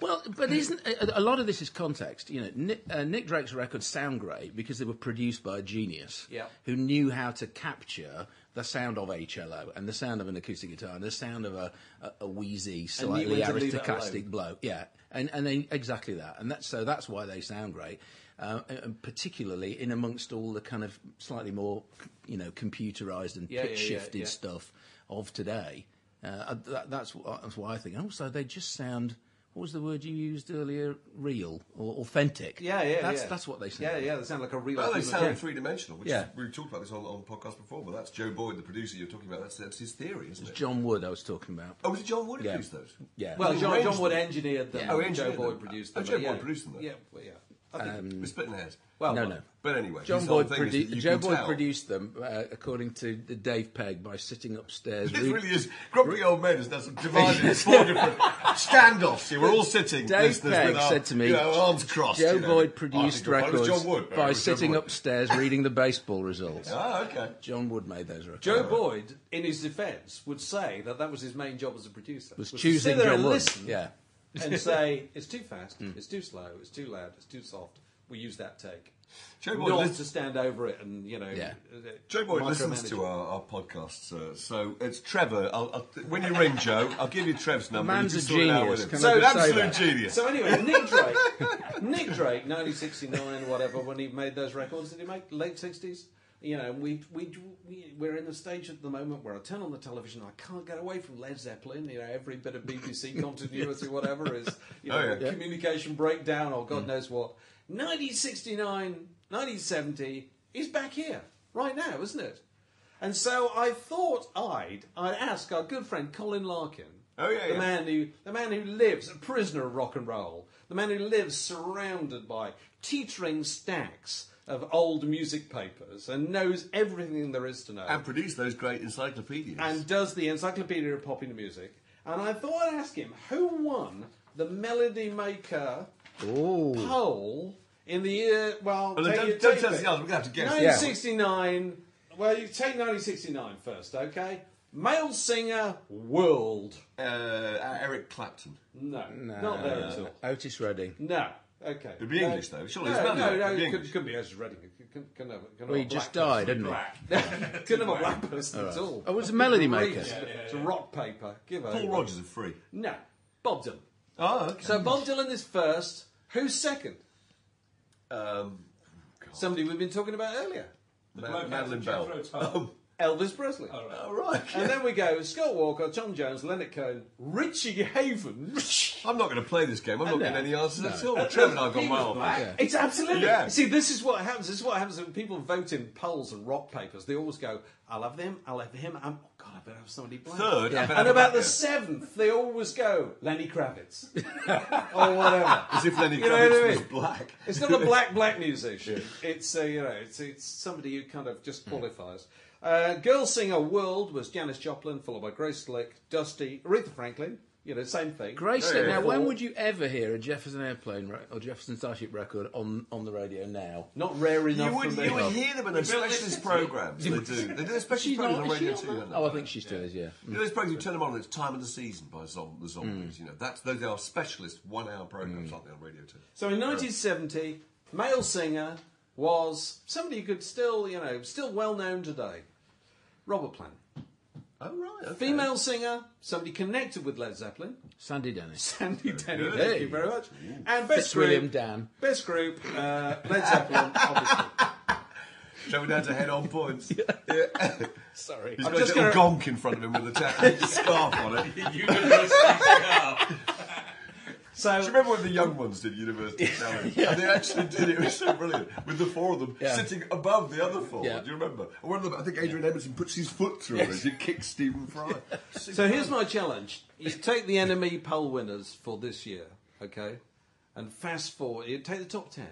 well, but isn't a, a lot of this is context? You know, Nick, uh, Nick Drake's records sound great because they were produced by a genius
Yeah.
who knew how to capture the sound of a cello and the sound of an acoustic guitar and the sound of a, a, a wheezy,
when
slightly
to leave it
aristocratic
alone.
bloke. Yeah, and and they, exactly that, and that's so that's why they sound great. Uh, and- and particularly in amongst all the kind of slightly more, you know, computerized and
Yeah, yeah,
pitch
yeah,
shifted
yeah.
stuff of today. Uh, that, that's, wh- that's why I think. Also, they just sound What was the word you used earlier? Real or authentic?
Yeah, yeah,
that's,
yeah.
That's what they
Yeah,
sound.
yeah, they sound like a real.
Well, they
human
sound
being.
three dimensional, which
Yeah.
is, we've talked about this on, on the podcast before, but that's Joe Boyd, the producer you're talking about. That's, that's his theory, isn't it?
It's John Wood I was talking about.
oh, was it John Wood who
Yeah.
produced those?
Yeah.
Well,
Who
John,
arranged
John Wood
them?
engineered them.
Yeah.
Oh,
and Joe
engineered
Boyd
them.
produced
Oh,
them.
Joe
but yeah.
Boyd produced them, though.
Yeah, well, yeah. I think,
We're splitting hairs.
well,
no,
well,
no.
But anyway,
Mm. John
his whole
Boyd,
thing is that
produ-
you
Joe
can
Boyd
tell.
produced them, uh, according to the Dave Pegg, by sitting upstairs.
It
read-
really is. Grumpy old men is now sort of divided into four different standoffs. You were all sitting.
Dave
listeners,
Pegg
with our,
said to me,
you know, arms crossed.
Joe
you know.
Boyd
I
produced
think it was
records
John Wood, but it
by
was Joe
sitting
Boyd.
upstairs reading the baseball results.
Oh, okay.
John Wood made those records.
Joe Boyd, in his defence, would say that that was his main job as a producer.
was
to sit
choosing
there
John
and
Wood.
listen
Yeah. Hmm.
and say it's too fast, it's too slow, it's too loud, it's too soft. We use that take.
Joe Boyd,
Not
lis-
to stand over it and you know.
Yeah.
uh,
Joe Boyd listens
micromanage
to
it.
our, our podcasts, uh, so it's Trevor. I'll, I'll, when you ring Joe, I'll give you Trev's number.
man's
you can sort
a
it out
genius,
with him.
can I
So an
just say
absolute
that?
genius.
So anyway, Nick Drake, Nick Drake, 1969, whatever, when he made those records, did he make late 60s? You know, we we we- we're in the stage at the moment where I turn on the television, I can't get away from Led Zeppelin. You know, every bit of BBC continuity, whatever is, you know,
Oh, yeah. Mm.
communication breakdown or God knows what. 1969, 1970 is back here right now, isn't it? And so I thought I'd I'd ask our good friend Colin Larkin,
Oh, yeah,
the
yeah.
man who the man who lives a prisoner of rock and roll, the man who lives surrounded by teetering stacks of old music papers and knows everything there is to know,
and produce those great encyclopedias.
and does the Encyclopedia of Popular Music. And I thought I'd ask him who won the Melody Maker poll in the year. Well,
Well,
take
don't-
your-
don't
take
tell us
it.
the answer, we're gonna have to guess.
1969. Well, you take 1969 first, okay? Male singer, world.
uh, uh, Eric Clapton.
No, not there at all.
Otis Redding.
No. Okay.
It'd be
No.
English, though. Surely
no,
it's
no,
Melody.
no,
It'd be
it could,
English.
could be Ezra Redding. It could- Could, couldn't have, couldn't
Well, he
have a
just
black
died,
person.
didn't he?
couldn't have a black person at all.
Oh, it was a melody maker.
It's, it's rock paper. Give
Paul
over.
Rogers are free.
No, Bob Dylan.
Oh, okay.
So Bob Dylan is first. Who's second?
um,
Somebody we've been talking about earlier.
Ma-
bloke out
Madeline
of
Bell.
Jethro Tull.
Oh,
Elvis Presley.
all right.
And then we go Scott Walker, Tom Jones, Leonard Cohen, Richie Haven.
I'm not going to play this game. I'm not getting any answers at all. Trevor and I've got
He
my
was
own.
black. It's absolutely.
Yeah.
See, this is what happens. This is what happens when people vote in polls and rock papers. They always go, "I'll have them. I'll have him." I'm, oh God, I better have somebody black.
Third, I better have
and
a
about
black
the
guy.
seventh, they always go Lenny Kravitz or whatever.
As if Lenny
You know what I
Kravitz was
mean?
black.
It's not a black black musician. It's a, you know, it's it's somebody who kind of just qualifies. Uh, girl singer world was Janis Joplin, followed by Grace Slick, Dusty, Aretha Franklin. You know, same thing.
Grace,
Yeah, yeah.
now when would you ever hear a Jefferson Airplane re- or Jefferson Starship record on, on the radio now?
Not rare
You
enough.
would,
for
you
me.
would hear them in those specialist programmes. They do. They do a specialist programme on
is she
radio
on
too.
that?
don't they?
Oh, I think she still is, yeah.
You know those programs you turn them on and it's time of the season by zom- the
Mm.
zombies. You know that's those are specialist one-hour programs, aren't they on radio too?
So in 1970, male singer was somebody who could still, you know, still well known today. Robert Plant.
Oh right, okay.
Female singer, somebody connected with Led Zeppelin.
Sandy Dennis.
Sandy Denny,
good.
thank you very much. And best
Fitzwilliam
group,
Dan.
best group, uh, Led Zeppelin, obviously.
Joe down to head-on points.
Sorry.
He's
I'm
got his
just
little
gonna-
gonk in front of him with a ta- scarf on it. Do you
So,
remember when the young ones did University Challenge? And they actually did it. It was so brilliant. With the four of them
Yeah.
sitting above the other four.
Yeah.
Do you remember? And one of them, I think Adrian Emerson puts his foot through it and kicks Stephen Fry.
so here's my challenge. You take the NME poll winners for this year, okay? And fast forward, you take the top 10.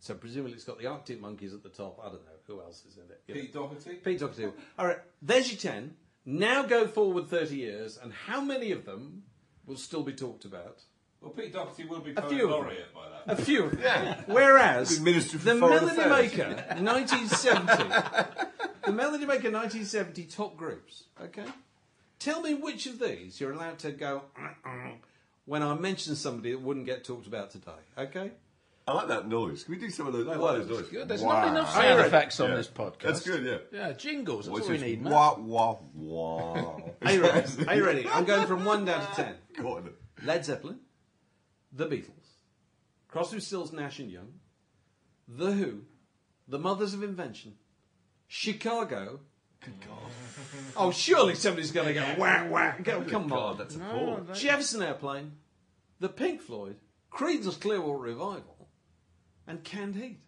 So presumably it's got the Arctic Monkeys at the top. I don't know who else is in it. you know.
Pete Doherty.
Pete Doherty. All right, there's your 10. Now go forward 30 years, and how many of them will still be talked about?
Well, Pete Doherty will be
A
poet
few.
laureate by that.
A few. of them.
Yeah.
Whereas
The Minister for
the
Foreign
Melody Maker
Affairs.
1970, the Melody Maker 1970 top groups, okay? Tell me which of these you're allowed to go "Uh-uh," when I mention somebody that wouldn't get talked about today, okay?
I like that noise. Can we do some of those? I like those noises.
There's
Wow.
not enough sound
Alright.
effects on
Yeah.
this podcast.
That's good, yeah.
Yeah, jingles. That's
Voices.
what we need, man.
Wah, wah, wah.
Are you ready? Are you ready? I'm going from 1 down to 10.
Go on.
Led Zeppelin, The Beatles, Crosby, Stills, Nash and Young, The Who, The Mothers of Invention, Chicago. Good God! oh, surely somebody's going to go whack whack. Go, come
God,
on!
that's appalling.
Jefferson Airplane, the Pink Floyd, Creedence Clearwater Revival, and Candide.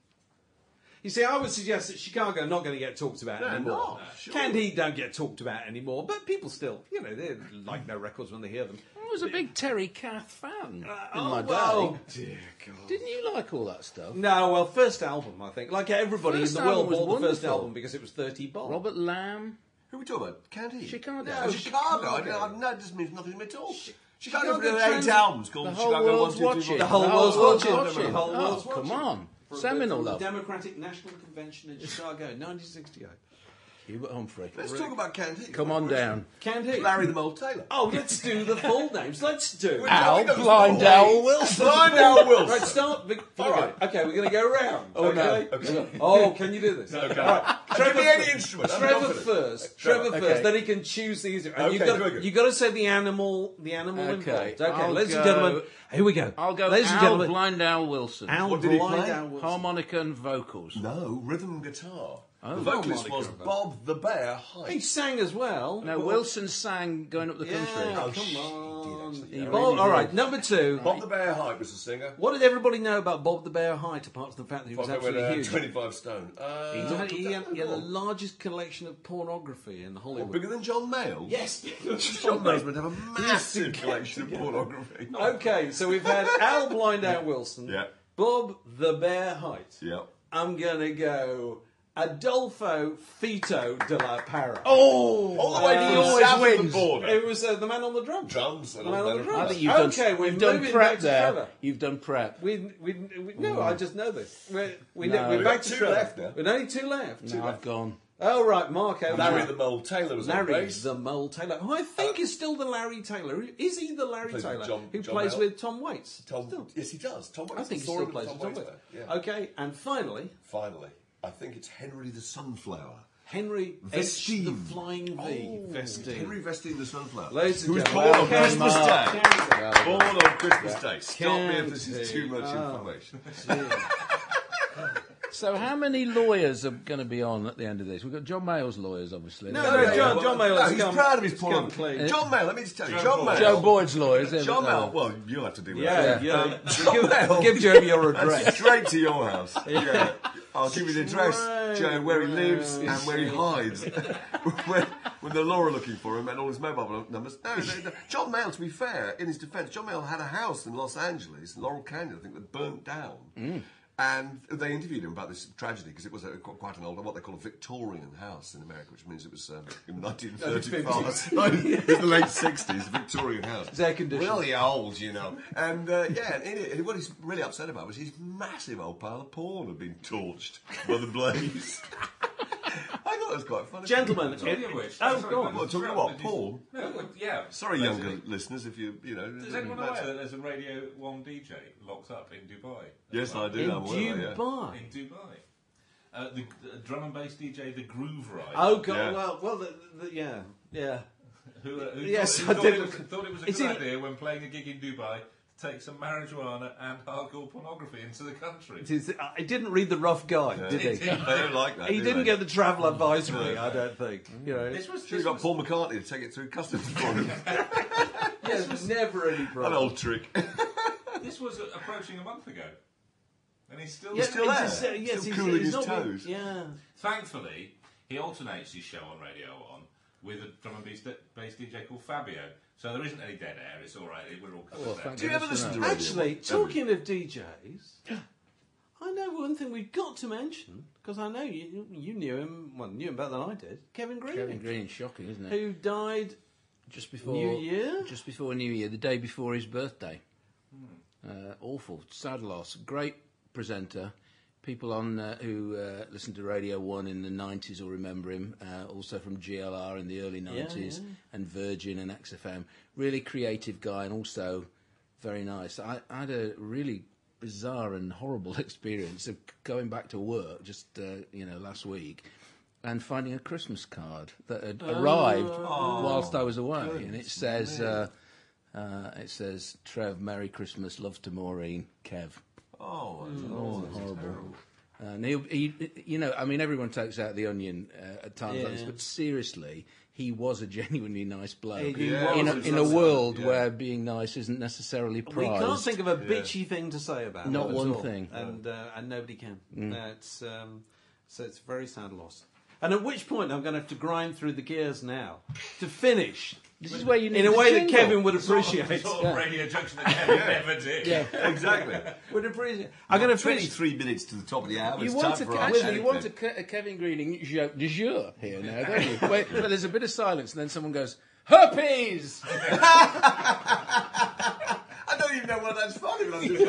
You see, I would suggest that Chicago not going to get talked about
No,
anymore.
not, sure.
Candide don't get talked about anymore, but people still, you know, they like their records when they hear them.
I was a big Terry Kath fan in
oh,
my
well.
day. Didn't you like all that stuff?
No, well, first album, I think. Like everybody
First
in the world
album was
bought the first
wonderful.
album because it was 30 bob.
Robert Lamb,
Who are we talking about? Candy?
Chicago. Oh,
No, Chicago. I
Chicago.
don't- I- no, it doesn't mean nothing to me at all.
Chicago
Chicago did
Trans-
eight albums called
The whole
Chicago
world's
1, 2, 3, 4.
watching.
The whole
The
world's
whole
watching.
world's
The whole
watching.
world's
Oh,
watching.
come on.
For-
Seminal
from the
love.
Democratic National Convention in Chicago, 1968.
Hubert Humphrey.
Let's talk about Candy.
Come on down.
Candide.
Larry the Mole Taylor.
Oh, let's do the full names. Let's do.
Ow.
Al
Tommy goes
Blind
bald.
Owl Wilson.
Blind Al Wilson.
Right, start. Vic-
All right.
Okay, we're going to go round.
Oh, no.
okay? Oh, can you do this? Okay. All right.
Give me any instrument. I'm
Trevor
confident.
first.
Trevor.
Trevor
Okay.
first. Then he can choose the easy. And
Okay,
you've
very
got
good.
you got to say the animal. The animal
Okay,
involved. Okay,
I'll
ladies and
go-
gentlemen. Here we go.
I'll go
Ladies
Al
and gentlemen.
Blind Owl Wilson.
Al
What did he
Blind
play?
Al Wilson.
Harmonica and vocals.
No, rhythm guitar.
Oh.
the vocalist
Harmonica
was
and
Bob the Bear Hyde.
He sang as well.
No, Wilson sang Going Up the
Yeah, Oh,
Country.
shit,
come
he
on.
did actually, yeah.
Bob-
really
all
did.
right, number two.
Bob the Bear Hyde was a singer.
What did everybody know about Bob the Bear Height apart from the fact that he was
Fucker with,
absolutely
uh,
huge?
25 stone. Uh,
He had, he had- he had the
oh,
largest collection of pornography in Hollywood.
Bigger than John Mayall?
yes.
John Mayall would have a massive collection of pornography.
okay, so we've had Al Blind Out Wilson,
Yeah.
Bob the Bear Height.
Yeah.
I'm gonna go Adolfo Fito de la Parra.
Oh! All the way
Uh,
from
he
the
always
south of
wins.
the border.
It was uh, the man on the drums.
Drums, I
The
don't
man on
know.
the
I
drums.
think you've
okay,
done,
we're
you've done
moving back
prep
to
there.
Trevor.
You've done prep.
We, we, we, no, I just know this. We're, we
No.
know, we're
We've
back
got
to
two
Trevor.
left now.
We're only two left.
No, I've gone.
Oh right, Marco.
Larry the Mole Taylor was on
Larry
bass.
the Mole Taylor, who I think is still the Larry Taylor. Is he the Larry
Plays with
Taylor
John-
who
John
plays
Mayall.
with Tom Waits?
Tom,
Still.
yes, he does. Tom
I
Waits.
think he
Saw
still
him at
plays with Tom Waits.
Waits band, Yeah.
Okay, and finally
Finally, I think it's Henry the Sunflower.
Henry H.
Vestine.
the Flying
Oh,
V. Vestine.
Henry Vestine the Sunflower.
Ladies and
who was
gentlemen,
born on
welcome
Christmas
Mark
Day.
Kennedy.
Born on Christmas Day. Stop me if this
Kennedy.
is too much
Oh.
information.
So, how many lawyers are going to be on at the end of this? We've got John Mayall's lawyers, obviously.
No,
They're-
no, John, John Mayall
No,
has
he's
come-
proud of his
has
porn.
come clean.
John Mayall, let me just tell you.
Joe
John
Boyd.
Mayall.
Joe Boyd's lawyers. there we
John
go.
Mayall, well, you'll have to deal with
Yeah,
that. Um,
yeah.
John
Give-
Mayall.
give Joe your address.
Straight to your house. Yeah. I'll give you the address,
Straight
Joe, where he lives
round.
and where he hides. when, when the law are looking for him and all his mobile num- numbers. No, no, no. John Mayall, to be fair, in his defence, John Mayall had a house in Los Angeles, in Laurel Canyon, I think, that burnt down. And they interviewed him about this tragedy because it was a, qu- quite an old, what they call a Victorian house in America, which means it was um, in 1935. It's the late 60s, Victorian house.
Oh, It's air conditioned.
Really old, you know. And uh, yeah, and in it, what he's really upset about was his massive old pile of porn had been torched by the blaze. I thought it was quite funny.
Gentlemen, it-
Speaking of which,
oh,
sorry,
go on.
but
Well,
it's
talking
crap
about
that you-
Paul.
No, well, yeah.
Sorry,
basically.
younger listeners, if you you know.
Is anyone aware
that's-
that there's a Radio 1 DJ locked up in Dubai?
Yes, I do.
in
I'm aware of that, yeah.
Dubai.
In Dubai. Uh, the the drum and bass DJ, The Groove Ride.
Oh god,
Yeah.
well, well, the, the, yeah, yeah.
who, uh, who
Yes,
thought,
I
who thought,
did
it was,
look at-
thought it was a
Is
good
it-
idea when playing a gig in Dubai to take some marijuana and hardcore pornography into the country.
It is, I didn't read the rough guide, did he?
They don't like that.
He
do
didn't
they?
get the travel advisory, I don't think. You know,
This was
Should have
this
got
was,
Paul McCartney to take it through customs for him.
Yes, was never any
An
problem.
old trick.
this was approaching a month ago, and he's still
Yeah,
still
he's
there.
just, uh, yes,
Still
he's,
cooling
he's
his
not been-
toes.
yeah.
Thankfully, he alternates his show on Radio On with a drum and bass, bass DJ called Fabio. So there isn't any dead air. It's all right. We're all covered
Well,
there.
thank
Do you ever
goodness for
listen
that.
to radio?
Actually,
Ever.
talking of DJs, I know one thing we've got to mention because I know you you knew him well knew him better than I did. Kevin Green,
Kevin Green is shocking, isn't it?
who died.
Just before
New Year?
Just before New Year, the day before his birthday. Uh, awful, sad loss. Great presenter. People on uh, who uh, listened to Radio One in the '90s will remember him. Uh, also from GLR in the early '90s
yeah.
and Virgin and XFM. Really creative guy and also very nice. I, I had a really bizarre and horrible experience of going back to work just uh, you know last week. And finding a Christmas card that had
Oh,
arrived whilst I was away, and it says, uh, uh, "It says Trev, Merry Christmas, love to Maureen, Kev."
Mm.
Oh, that's- oh, that's terrible.
Uh, And he, he, you know, I mean, everyone takes out the onion uh, at times like this,
Yeah.
but seriously, he was a genuinely nice bloke.
He
Yeah, was,
Oh, in a,
he
in a
was,
world
yeah.
where being nice isn't necessarily
We
prized.
can't think of a bitchy thing to say about
Not
him at
one
all.
thing. Mm.
and uh, and nobody can. Uh, it's um, so it's a very sad loss. And at which point I'm going to have to grind through the gears now to finish
this is where you need
in a
the
way that
jingle.
Kevin would appreciate.
Sort of radio junction that Kevin never did.
exactly.
would appreciate. I'm going to finish.
Twenty-three minutes to the top of the hour.
You
it's
want,
time
a,
for our
actually, you
anecdote.
want a, Ke- a Kevin Greening joke du jour here now, don't you? Wait, but there's a bit of silence, and then someone goes, Herpes!
I don't even know why that's funny, but I'm just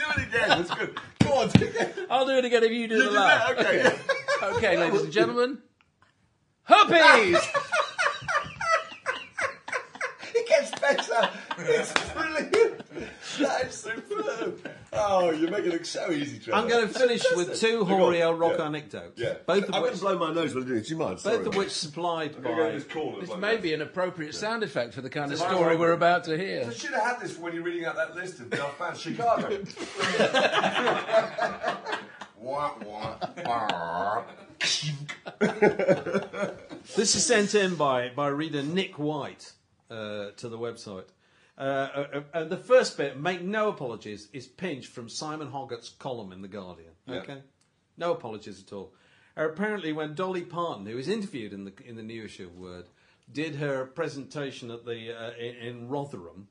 Do it again. That's good. Go on. Do it again.
I'll do it again if you do
You
the
did
laugh.
that, okay.
okay, ladies and gentlemen, Herpes!
It gets better. It's brilliant. That is superb. Oh, you make it look so easy, Trevor.
I'm going to finish with two
Hang on.
hoary old rock
Yeah.
anecdotes.
Yeah.
Both
I'm
of
going to
which,
blow my nose when I do this. Do you mind? Sorry.
both of which supplied
I'm going to go
by.
to this corner.
This
blow my
may
nose.
be an appropriate sound effect for the kind of
It's a
story
viral.
we're about to hear.
I should have had this for when you're reading out that list of Duff bands. Chicago. wah, wah, wah.
This is sent in by, by reader Nick White uh, to the website. Uh, uh, uh, the first bit, make no apologies, is pinched from Simon Hoggart's column in The Guardian. Okay? No apologies at all. Uh, apparently, when Dolly Parton, who is interviewed in the, in the new issue of Word, did her presentation at the, uh, in, in Rotherham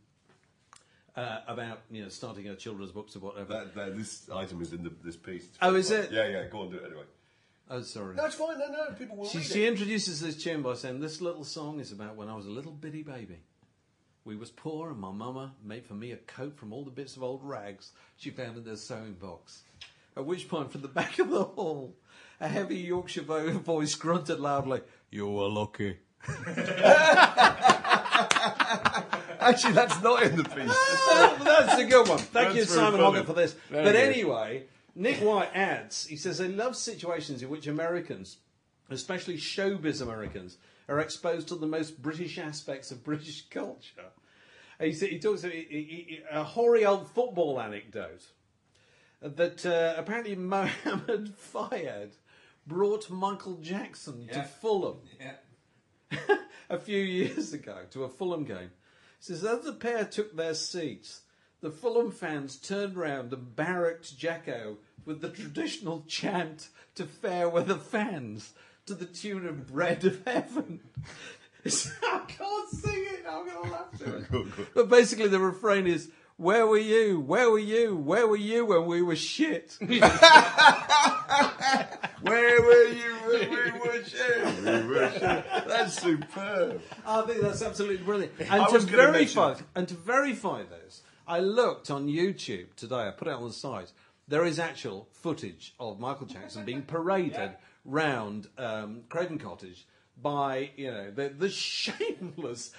uh, about you know starting her children's books or whatever.
That, that, this item is in the, this piece. It's
Oh,
fine.
is it?
Yeah, yeah. Go on, do it anyway.
oh, sorry.
No, it's fine. No, no. People will
She,
read
she
it.
introduces this tune by saying, "This little song is about when I was a little bitty baby. We was poor, and my mama made for me a coat from all the bits of old rags she found in the sewing box." At which point, from the back of the hall, a heavy Yorkshire vo- voice grunted loudly, "You were lucky."
Actually, that's not in the piece.
That's a good one. Thank
That's
you,
very
Simon
funny.
Hoggett, for this.
Very
but
good.
anyway, Nick White adds, he says, I love situations in which Americans, especially showbiz Americans, are exposed to the most British aspects of British culture. He, sa- he talks about he- he- he- a hoary old football anecdote that uh, apparently Mohammed Fayed brought Michael Jackson to
Yeah.
Fulham
Yeah.
a few years ago to a Fulham game. It says as the pair took their seats, the Fulham fans turned round and barracked Jacko with the traditional chant to fair weather fans to the tune of Bread of Heaven. It's- I can't sing it. I'm going to laugh to it. But basically, the refrain is. Where were you? Where were you? Where were you when we were shit?
Where were you when we were shit? We were shit. That's superb.
I think that's absolutely brilliant. And
I
to
was gonna
verify
mention-
and to verify this, I looked on YouTube today. I put it on the site. There is actual footage of Michael Jackson being paraded round um, Craven Cottage by you know the, the shameless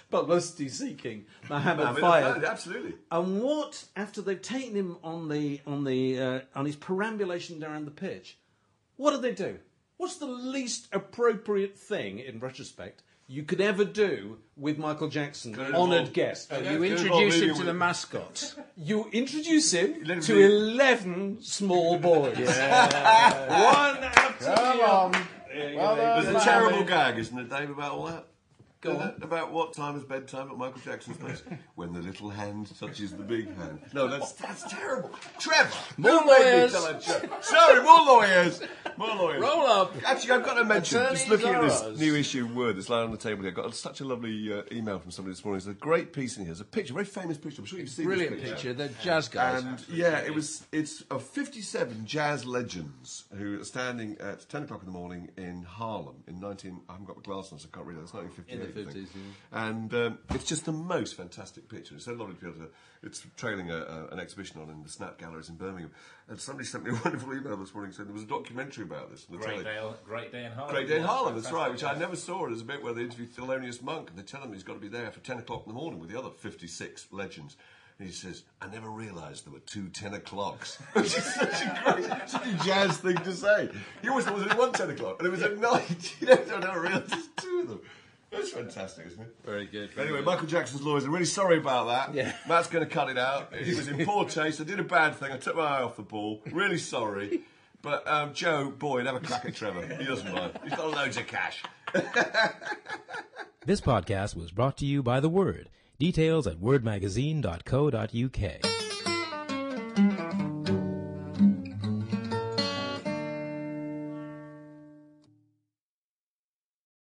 publicity-seeking
I
Mohammed
mean,
Fayed.
Absolutely.
And what after they've taken him on the on the uh, on his perambulation down the pitch? What do they do? What's the least appropriate thing in retrospect you could ever do with Michael Jackson,
Could it
honoured
involve-
guest?
You introduce him to the mascot.
You introduce him
Let him
to
be-
eleven small boys. One after the other.
There's a terrible gag, isn't it, Dave, about all that?
Go
Isn't
on.
it? About what time is bedtime at Michael Jackson's place? when the little hand touches the big hand. No, that's that's terrible. Trevor,
More
who made me
lawyers.
tell that joke? Sorry, more lawyers. More lawyers.
Roll up.
Actually, I've got to mention, just
Attorneys
looking at
are
this
us.
new issue word that's lying on the table here, I got such a lovely uh, email from somebody this morning. It's a great piece in here. It's a picture, a very famous picture. I'm sure you've seen
Brilliant
this picture.
picture, the jazz guys.
And yeah, it was. It's of fifty-seven jazz legends who are standing at ten o'clock in the morning in Harlem in nineteen. I haven't got my glasses on, so I can't read it. It's nineteen
In
fifty-eight.
the
I think.
50s,
And um, it's just the most fantastic picture. It's so lovely to be able to. It's trailing a, a, an exhibition on in the Snap Galleries in Birmingham. And somebody sent me a wonderful email this morning saying there was a documentary about this. on the
Great
telly.
day, great day in Harlem.
Great Day in
Yeah,
Harlem, that's
fantastic,
right, which I
yeah.
never saw. There's a bit where they interview Thelonious Monk and they tell him he's got to be there for 10 o'clock in the morning with the other 56 legends. And he says, I never realised there were two 10 o'clocks. Which is such a great, such a jazz thing to say. He always thought it was at one 10 o'clock and it was at night. You know, I never realised there's two of them. That's fantastic, isn't it?
Very good.
Anyway, Michael Jackson's lawyers are really sorry about that. Matt's going to cut it out. He was in poor taste. I did a bad thing. I took my eye off the ball. Really sorry. But um, Joe Boyd, have a crack at Trevor. He doesn't mind. He's got loads of cash.
This podcast was brought to you by The Word. Details at wordmagazine.co.uk.